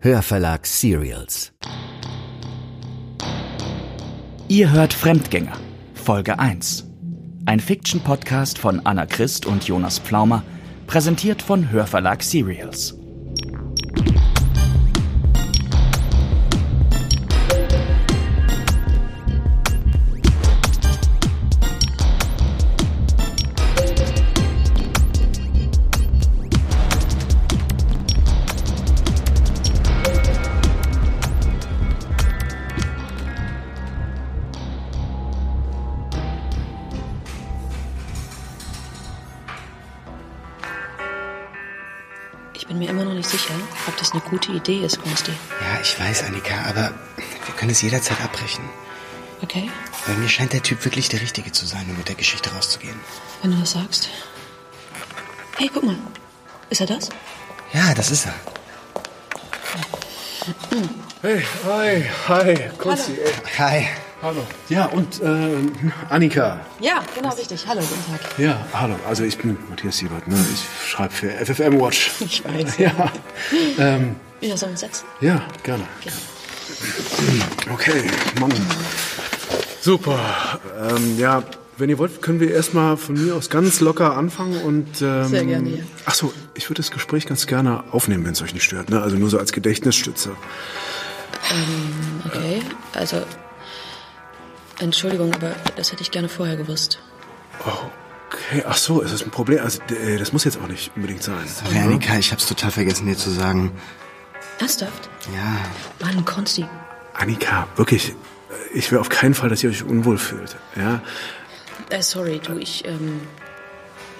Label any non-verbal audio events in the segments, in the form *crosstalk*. Hörverlag Serials. Ihr hört Fremdgänger, Folge 1. Ein Fiction-Podcast von Anna Christ und Jonas Pflaumer, präsentiert von Hörverlag Serials. Ich bin mir immer noch nicht sicher, ob das eine gute Idee ist, Konsti. Ja, ich weiß, Annika, aber wir können es jederzeit abbrechen. Okay? Weil mir scheint der Typ wirklich der Richtige zu sein, um mit der Geschichte rauszugehen. Wenn du das sagst. Hey, guck mal. Ist er das? Ja, das ist er. Hey, hi, hi, Konsti. ey. Hi. Hallo. Ja, und äh, Annika. Ja, genau richtig. Hallo, guten Tag. Ja, hallo. Also ich bin Matthias Siebert, ne? ich schreibe für FFM Watch. *laughs* Ich weiß. Ja, ähm, Ja, sollen wir uns setzen? ja gerne. Okay, Mann. Super. Ähm, ja, wenn ihr wollt, können wir erstmal von mir aus ganz locker anfangen und... Ähm, Sehr gerne, ja. Ach so, ich würde das Gespräch ganz gerne aufnehmen, wenn es euch nicht stört. Ne? Also nur so als Gedächtnisstütze. Okay, also. Entschuldigung, aber das hätte ich gerne vorher gewusst. Okay, ach so, ist das ein Problem? Also äh, das muss jetzt auch nicht unbedingt sein. Sorry, Annika, ich hab's total vergessen, dir zu sagen. Ernsthaft? Ja, Mann, Konsti. Annika, wirklich, ich will auf keinen Fall, dass ihr euch unwohl fühlt. Ja, Äh, sorry, du, ich. Ähm,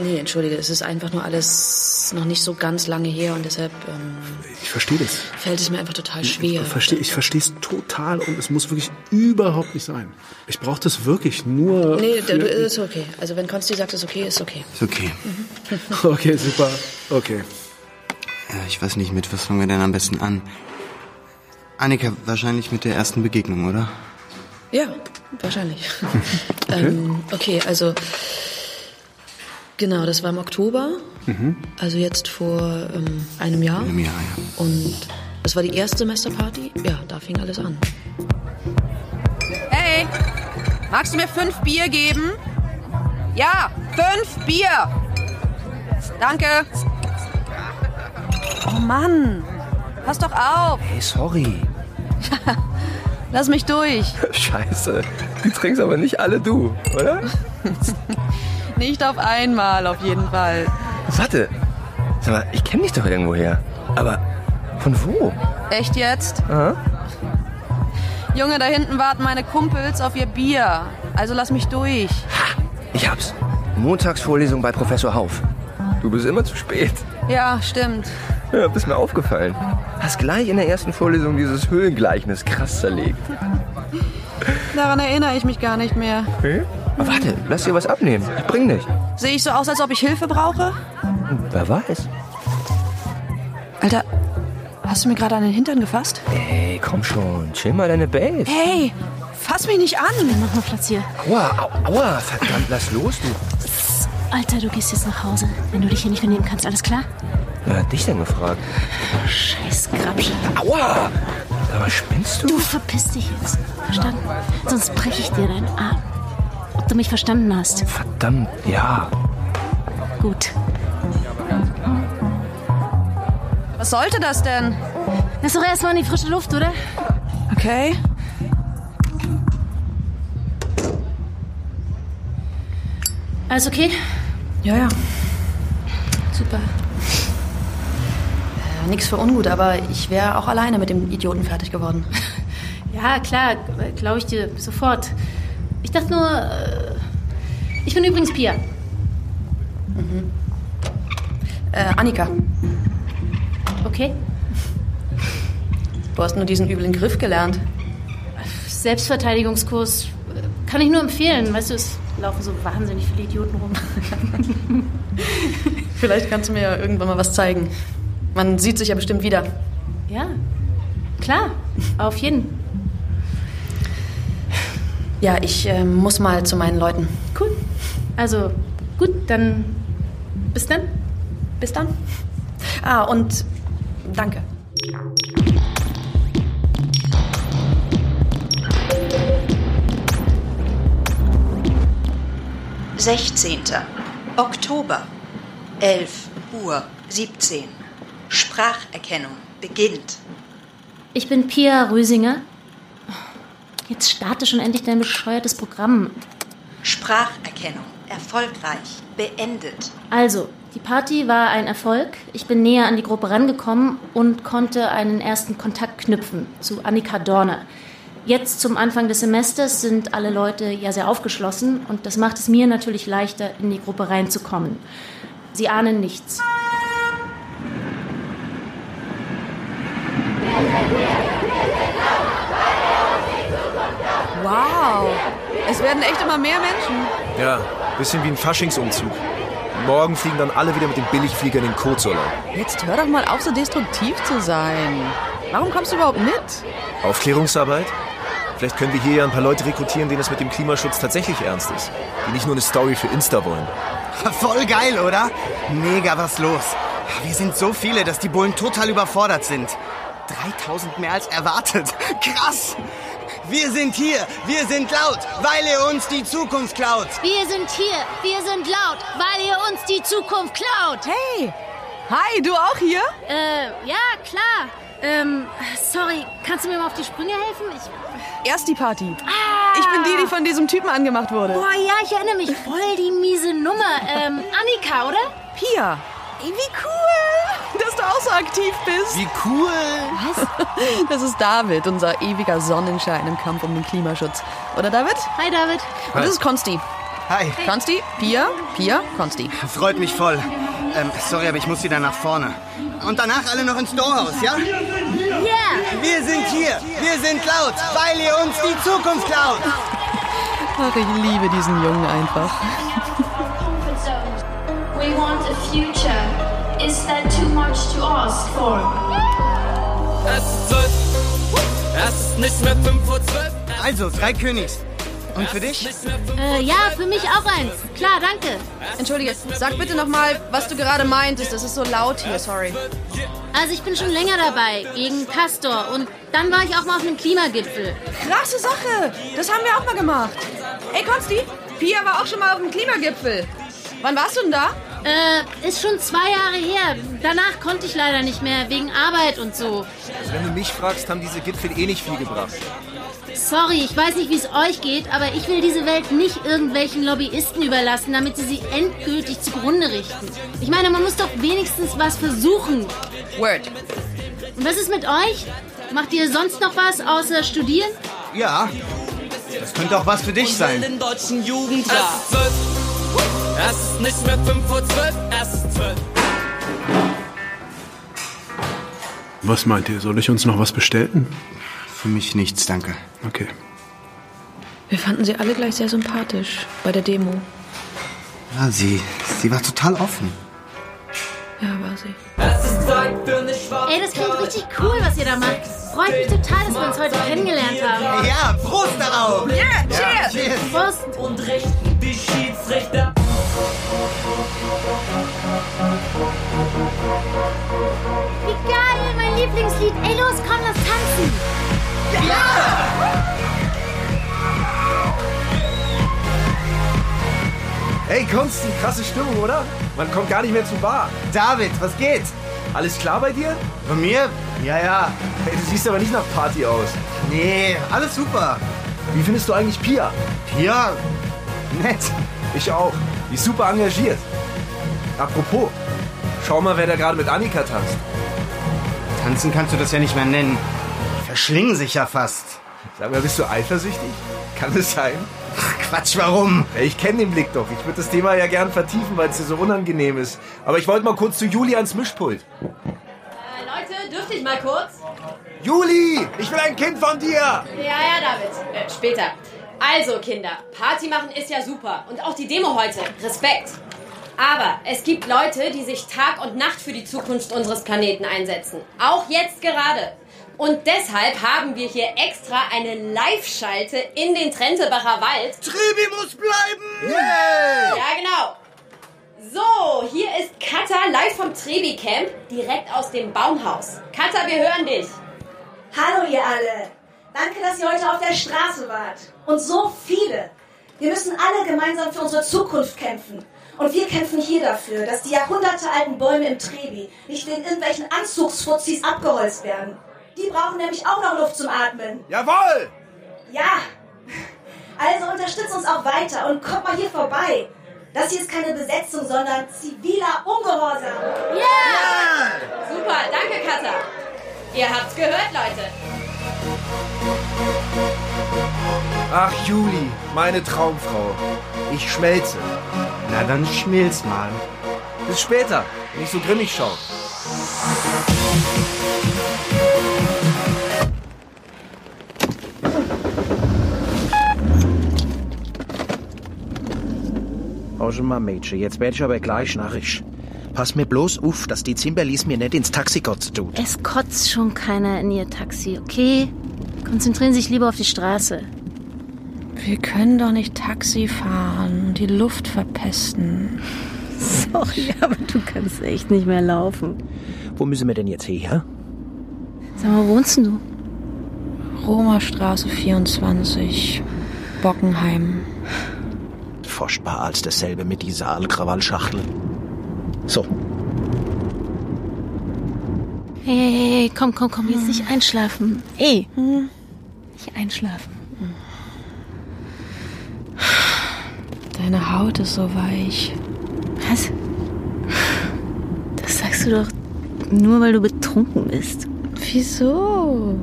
nee, entschuldige, es ist einfach nur alles noch nicht so ganz lange her und deshalb ähm, ich verstehe das. fällt es mir einfach total schwer. Ich verstehe ich es total und es muss wirklich überhaupt nicht sein. Ich brauche das wirklich nur. Nee, für- du, ist okay. Also wenn Konsti sagt, ist okay, ist okay. ist okay. Okay, super. Okay. Ja, Äh, ich weiß nicht, mit was fangen wir denn am besten an? Annika, wahrscheinlich mit der ersten Begegnung, oder? Ja, *laughs* wahrscheinlich. ähm, okay, also genau, das war im Oktober, also jetzt vor ähm, einem Jahr. Mhm. Einem Jahr, ja. Und das war die erste Semesterparty. Ja, da fing alles an. Hey, magst du mir fünf Bier geben? Ja, fünf Bier. Danke. Oh Mann, pass doch auf. Hey, sorry. *laughs* Lass mich durch. Scheiße. Du trinkst aber nicht alle du, oder? Nicht auf einmal, auf jeden Fall. Warte. Sag mal, ich kenne dich doch irgendwoher. Aber von wo? Echt jetzt? Aha. Junge, da hinten warten meine Kumpels auf ihr Bier. Also lass mich durch. Ich hab's. Montagsvorlesung bei Professor Hauf. Du bist immer zu spät. Ja, stimmt. Ja, bist mir aufgefallen. Hast gleich in der ersten Vorlesung dieses Höhlengleichnis krass zerlegt. Daran erinnere ich mich gar nicht mehr. Hä? Aber warte, lass dir was abnehmen. Ich bring dich. Sehe ich so aus, als ob ich Hilfe brauche? Wer weiß. Alter, hast du mir gerade an den Hintern gefasst? Hey, komm schon. Chill mal deine Base. Hey, fass mich nicht an! Mach mal Platz hier. Aua, au, aua. Verdammt, lass los, du. Alter, du gehst jetzt nach Hause. Wenn du dich hier nicht benehmen kannst, alles klar? Wer hat dich denn gefragt? Scheiß Grabsche. Aua! Sag mal, spinnst Du verpiss dich jetzt. Verstanden? Sonst breche ich dir deinen Arm. Ob du mich verstanden hast? Verdammt, ja. Gut. Was sollte das denn? Lass doch erstmal in die frische Luft, oder? Okay. Alles okay? Ja, ja. Super. Ja, Äh, nix für ungut, aber ich wäre auch alleine mit dem Idioten fertig *laughs* geworden. Ja, klar, glaube ich dir sofort. Ich dachte nur. äh, Ich bin übrigens Pia. Äh, Annika, Okay? du hast nur diesen üblen Griff gelernt. Selbstverteidigungskurs äh, kann ich nur empfehlen. Weißt du, es laufen so wahnsinnig viele Idioten rum. Vielleicht kannst du mir ja irgendwann mal was zeigen. Man sieht sich ja bestimmt wieder. Ja, klar, auf jeden. Ja, ich äh, muss mal zu meinen Leuten. Cool. Also gut, dann bis dann. Bis dann. Ah, und danke. 16. Oktober, 11 Uhr 17. Spracherkennung beginnt. Ich bin Pia Rösinger. Jetzt starte schon endlich dein bescheuertes Programm. Spracherkennung erfolgreich beendet. Also, die Party war ein Erfolg. Ich bin näher an die Gruppe rangekommen und konnte einen ersten Kontakt knüpfen zu Annika Dorner. Jetzt zum Anfang des Semesters sind alle Leute ja sehr aufgeschlossen und das macht es mir natürlich leichter, in die Gruppe reinzukommen. Sie ahnen nichts. Wow. Es werden echt immer mehr Menschen. Ja, bisschen wie ein Faschingsumzug. Morgen fliegen dann alle wieder mit dem Billigflieger in den Kurzurlaub. Jetzt hör doch mal auf, so destruktiv zu sein. Warum kommst du überhaupt mit? Aufklärungsarbeit? Vielleicht können wir hier ja ein paar Leute rekrutieren, denen es mit dem Klimaschutz tatsächlich ernst ist. Die nicht nur eine Story für Insta wollen. Voll geil, oder? Mega was los. Wir sind so viele, dass die Bullen total überfordert sind. 3000 mehr als erwartet. *laughs* Krass! Wir sind hier, wir sind laut, weil ihr uns die Zukunft klaut. Wir sind hier, wir sind laut, weil ihr uns die Zukunft klaut. Hey! Hi, du auch hier? Äh, ja, klar. Ähm, sorry, kannst du mir mal auf die Sprünge helfen? Ich, ah, Erst die Party. Ich bin die, die von diesem Typen angemacht wurde. boah, ja, ich erinnere mich. Voll die miese Nummer. Ähm, Annika, oder? Pia. Ey, Wie cool, dass du auch so aktiv bist. Wie cool! Das ist David, unser ewiger Sonnenschein im Kampf um den Klimaschutz. Oder David? Hi, David. Und das ist Konsti. Hi, Konsti, Pia, Pia, Konsti. freut mich voll. Ähm, sorry, aber ich muss wieder nach vorne. Und danach alle noch ins Doorhaus, ja? Yeah. Wir sind hier, wir sind laut, weil ihr uns die Zukunft klaut. Ach, ich liebe diesen Jungen einfach. comfort zone. We want a future. Is that too much to ask for? Also, drei Königs. Und für dich? Äh, ja, für mich auch eins. Klar, danke. Entschuldige, sag bitte nochmal, was du gerade meintest. Es ist so laut hier, sorry. Also ich bin schon länger dabei, gegen Castor. Und dann war ich auch mal auf einem Klimagipfel. Krasse Sache. Das haben wir auch mal gemacht. Ey, Konsti, Pia war auch schon mal auf dem Klimagipfel. Wann warst du denn da? Äh, ist schon zwei Jahre her. Danach konnte ich leider nicht mehr, wegen Arbeit und so. Also wenn du mich fragst, haben diese Gipfel eh nicht viel gebracht. Sorry, ich weiß nicht, wie es euch geht, aber ich will diese Welt nicht irgendwelchen Lobbyisten überlassen, damit sie sie endgültig zugrunde richten. Ich meine, man muss doch wenigstens was versuchen. Word. Und was ist mit euch? Macht ihr sonst noch was außer studieren? Ja. Das könnte auch was für dich sein. Was meint ihr? Soll ich uns noch was bestellen? Für mich nichts, danke. Okay. Wir fanden sie alle gleich sehr sympathisch bei der Demo. Ja, sie, sie war total offen. Ja, war sie. Ey, das klingt richtig cool, was ihr da macht. Freut mich total, dass wir uns heute kennengelernt haben. Ja, Prost darauf! Yeah, cheers. Cheers. Prost! Wie geil, mein Lieblingslied. Ey, los, komm, lass tanzen. Hey Konsti, krasse Stimmung, oder? Man kommt gar nicht mehr zur Bar. David, was geht? Alles klar bei dir? Bei mir? Ja, ja. Hey, du siehst aber nicht nach Party aus. Nee, alles super. Wie findest du eigentlich Pia? Pia, nett. Ich auch. Die ist super engagiert. Apropos, schau mal, wer da gerade mit Annika tanzt. Tanzen kannst du das ja nicht mehr nennen. Verschlingen sich ja fast. Sag mal, bist du eifersüchtig? Kann es sein? Ach, Quatsch, warum? Ja, Ich kenne den Blick doch. Ich würde das Thema ja gern vertiefen, weil es dir so unangenehm ist. Aber ich wollte mal kurz zu Juli ans Mischpult. Äh, Leute, dürfte ich mal kurz? Juli, ich will ein Kind von dir! Ja, ja, David. Äh, später. Also, Kinder, Party machen ist ja super. Und auch die Demo heute. Respekt. Aber es gibt Leute, die sich Tag und Nacht für die Zukunft unseres Planeten einsetzen. Auch jetzt gerade. Und deshalb haben wir hier extra eine Live-Schalte in den Trentebacher Wald, Tribi muss bleiben! Ja, genau. So, hier ist Katha live vom Trebi Camp, direkt aus dem Baumhaus. Katha, wir hören dich. Hallo ihr alle. Danke, dass ihr heute auf der Straße wart. Und so viele. Wir müssen alle gemeinsam für unsere Zukunft kämpfen. Und wir kämpfen hier dafür, dass die jahrhundertealten Bäume im Trebi nicht wegen irgendwelchen Anzugsfuzis abgeholzt werden. Die brauchen nämlich auch noch Luft zum Atmen. Jawohl! Ja! Also unterstützt uns auch weiter und kommt mal hier vorbei. Das hier ist keine Besetzung, sondern ziviler Ungehorsam. Ja! Super, danke, Katha. Ihr habt's gehört, Leute. Ach, Juli, meine Traumfrau. Ich schmelze. Na dann schmilz mal. Bis später. Nicht so grimmig schauen. Also mal, Mädchen, jetzt werd ich aber gleich narrisch. Pass mir bloß auf, dass die Zimperlis mir nicht ins Taxi kotzt tut. Es kotzt schon keiner in ihr Taxi, okay? Konzentrieren Sie sich lieber auf die Straße. Wir können doch nicht Taxi fahren, die Luft verpesten. Sorry, aber du kannst echt nicht mehr laufen. Wo müssen wir denn jetzt her? Sag mal, wo wohnst denn du? Roma Straße 24, Bockenheim. Forschbar als dasselbe mit dieser Alkrawallschachtel. So, Hey, hey, hey, hey, komm, komm, komm, jetzt nicht einschlafen. Ey, nicht einschlafen. Deine Haut ist so weich. Was? Das sagst du doch nur, weil du betrunken bist. Wieso?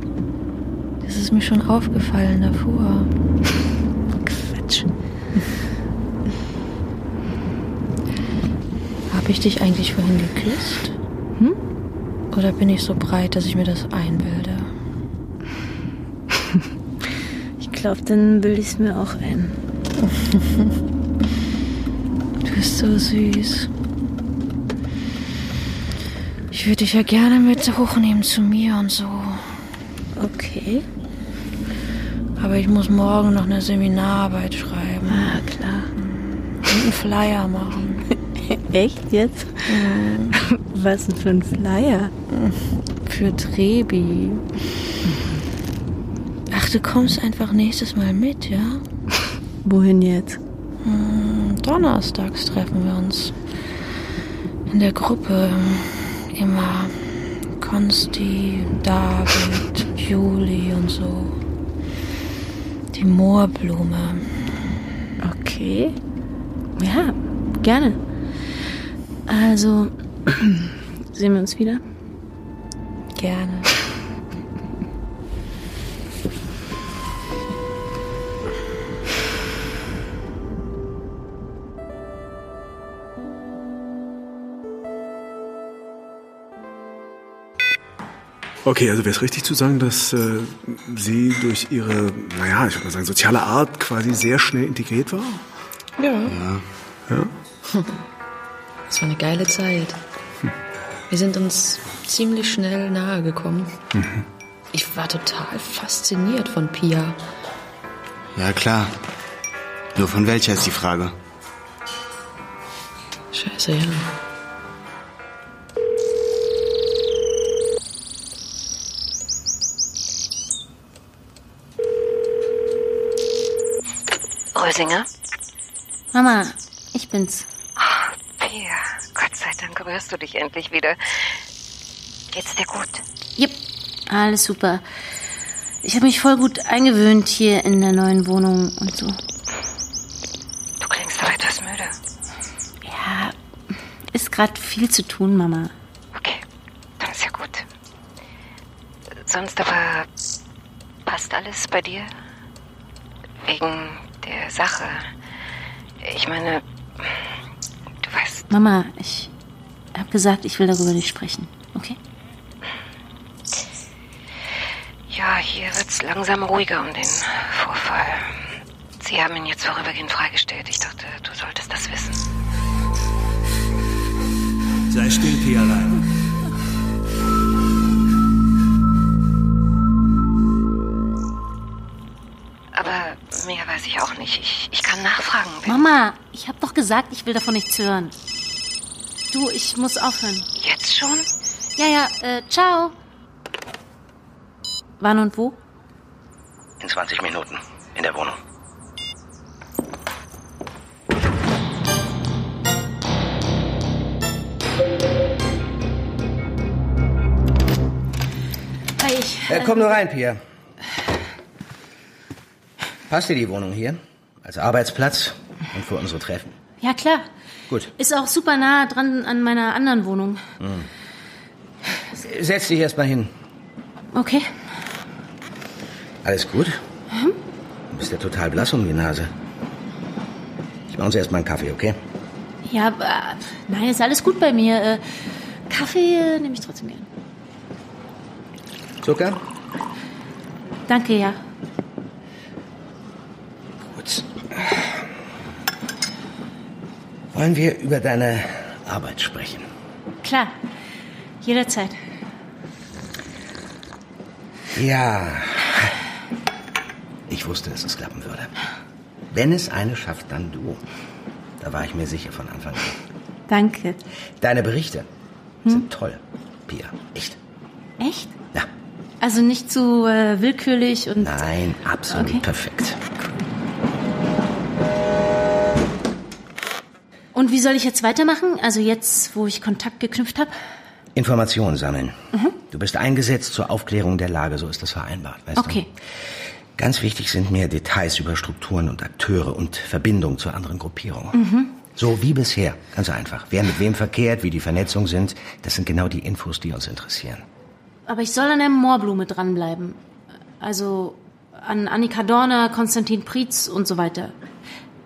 Das ist mir schon aufgefallen davor. Quatsch. Habe ich dich eigentlich vorhin geküsst? Hm? Oder bin ich so breit, dass ich mir das einbilde? *laughs* Ich glaube, dann bilde ich es mir auch ein. *laughs* Du bist so süß. Ich würde dich ja gerne mit hochnehmen zu mir und so. Okay. Aber ich muss morgen noch eine Seminararbeit schreiben. Ah, klar. Und einen Flyer machen. *laughs* Echt jetzt? Was denn für ein Flyer? Für Trebi. Ach, du kommst einfach nächstes Mal mit, ja? *laughs* Wohin jetzt? Hm, Donnerstags treffen wir uns. In der Gruppe. Immer. Konsti, David, Juli und so. Die Moorblume. Okay. Ja, gerne. Also, sehen wir uns wieder? Gerne. Okay, also wäre es richtig zu sagen, dass äh, sie durch ihre, naja, ich würde mal sagen, soziale Art quasi sehr schnell integriert war? Ja. Ja? Es war eine geile Zeit. Hm. Wir sind uns ziemlich schnell nahe gekommen. Mhm. Ich war total fasziniert von Pia. Ja, klar. Nur von welcher ist die Frage? Scheiße, ja. Rösinger? Mama, ich bin's. Pia, Gott sei Dank rührst du dich endlich wieder. Geht's dir gut? Jupp, alles super. Ich habe mich voll gut eingewöhnt hier in der neuen Wohnung und so. Du klingst doch etwas müde. Ja, ist gerade viel zu tun, Mama. Dann ist ja gut. Sonst aber passt alles bei dir? Wegen der Sache. Ich meine, Mama, ich habe gesagt, ich will darüber nicht sprechen, okay? ja, hier wird's langsam ruhiger um den Vorfall. Sie haben ihn jetzt vorübergehend freigestellt. Ich dachte, du solltest das wissen. Sei still, Pialein. Aber mehr weiß ich auch nicht. Ich, ich kann nachfragen. Mama, ich habe doch gesagt, ich will davon nichts hören. Du, ich muss aufhören. Jetzt schon? Ja, ja, äh, ciao. Wann und wo? In 20 Minuten. In der Wohnung. Äh, komm nur rein, Pia. Passt dir die Wohnung hier? Als Arbeitsplatz und für unsere Treffen. Ja, klar. Gut. Ist auch super nah dran an meiner anderen Wohnung. Hm. Setz dich erstmal hin. Okay. Alles gut? Mhm. Du bist ja total blass um die Nase. Ich mache uns erstmal einen Kaffee, okay? Ja, aber, nein, ist alles gut bei mir. Äh, Kaffee äh, nehme ich trotzdem gern. Zucker? Danke, ja. Gut. Wollen wir über deine Arbeit sprechen? Klar. Jederzeit. Ja. Ich wusste, dass es klappen würde. Wenn es eine schafft, dann du. Da war ich mir sicher von Anfang an. Danke. Hm? Deine Berichte sind toll, Pia. Echt. Echt? Ja. Also nicht zu äh, willkürlich und. Nein, absolut Okay. perfekt. Und wie soll ich jetzt weitermachen? Also jetzt, wo ich Kontakt geknüpft habe? Informationen sammeln. Mhm. Du bist eingesetzt zur Aufklärung der Lage, so ist das vereinbart, weißt Okay. du? Ganz wichtig sind mir Details über Strukturen und Akteure und Verbindungen zu anderen Gruppierungen. Mhm. So wie bisher, ganz einfach. Wer mit wem verkehrt, wie die Vernetzungen sind, das sind genau die Infos, die uns interessieren. Aber ich soll an der Moorblume dranbleiben. Also an Annika Dorner, Konstantin Prietz und so weiter.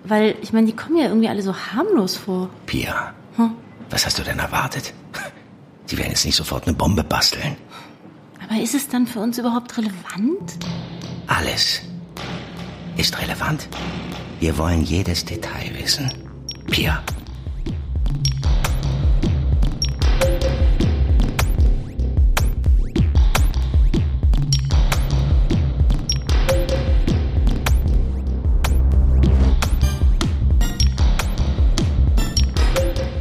Weil, ich meine, die kommen ja irgendwie alle so harmlos vor. Pia, Hm? was hast du denn erwartet? Die werden jetzt nicht sofort eine Bombe basteln. Aber ist es dann für uns überhaupt relevant? Alles ist relevant. Wir wollen jedes Detail wissen. Pia.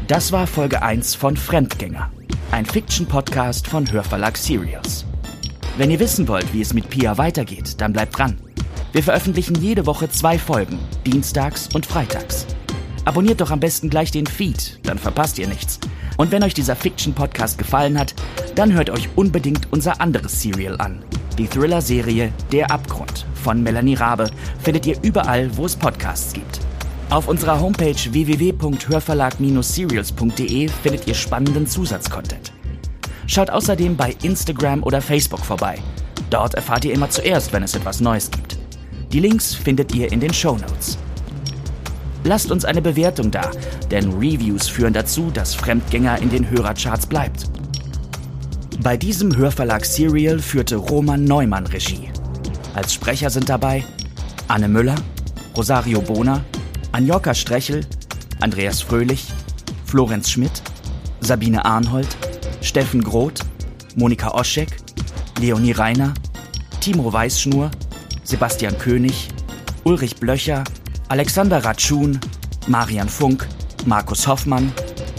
Das war Folge 1 von Fremdgänger, ein Fiction-Podcast von Hörverlag Sirius. Wenn ihr wissen wollt, wie es mit Pia weitergeht, dann bleibt dran. Wir veröffentlichen jede Woche zwei Folgen, dienstags und freitags. Abonniert doch am besten gleich den Feed, dann verpasst ihr nichts. Und wenn euch dieser Fiction-Podcast gefallen hat, dann hört euch unbedingt unser anderes Serial an. Die Thriller-Serie Der Abgrund von Melanie Rabe findet ihr überall, wo es Podcasts gibt. Auf unserer Homepage www.hörverlag-serials.de findet ihr spannenden Zusatzcontent. Schaut außerdem bei Instagram oder Facebook vorbei. Dort erfahrt ihr immer zuerst, wenn es etwas Neues gibt. Die Links findet ihr in den Shownotes. Lasst uns eine Bewertung da, denn Reviews führen dazu, dass Fremdgänger in den Hörercharts bleibt. Bei diesem Hörverlag Serial führte Roman Neumann Regie. Als Sprecher sind dabei Anne Müller, Rosario Bohner, Anjoka Strechel, Andreas Fröhlich, Florenz Schmidt, Sabine Arnhold, Steffen Groth, Monika Oschek, Leonie Reiner, Timo Weißschnur, Sebastian König, Ulrich Blöcher, Alexander Ratschun, Marian Funk, Markus Hoffmann,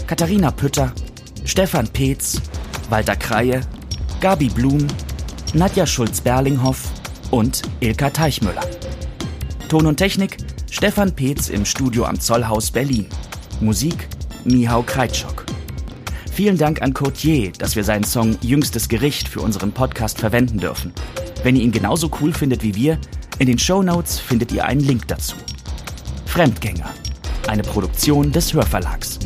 Katharina Pütter, Stefan Peetz, Walter Kreie, Gabi Blum, Nadja Schulz-Berlinghoff und Ilka Teichmüller. Ton und Technik Stefan Peetz im Studio am Zollhaus Berlin. Musik Mihau Kreitschok. Vielen Dank an Cotier, dass wir seinen Song Jüngstes Gericht für unseren Podcast verwenden dürfen. Wenn ihr ihn genauso cool findet wie wir, in den Shownotes findet ihr einen Link dazu. Fremdgänger. Eine Produktion des Hörverlags.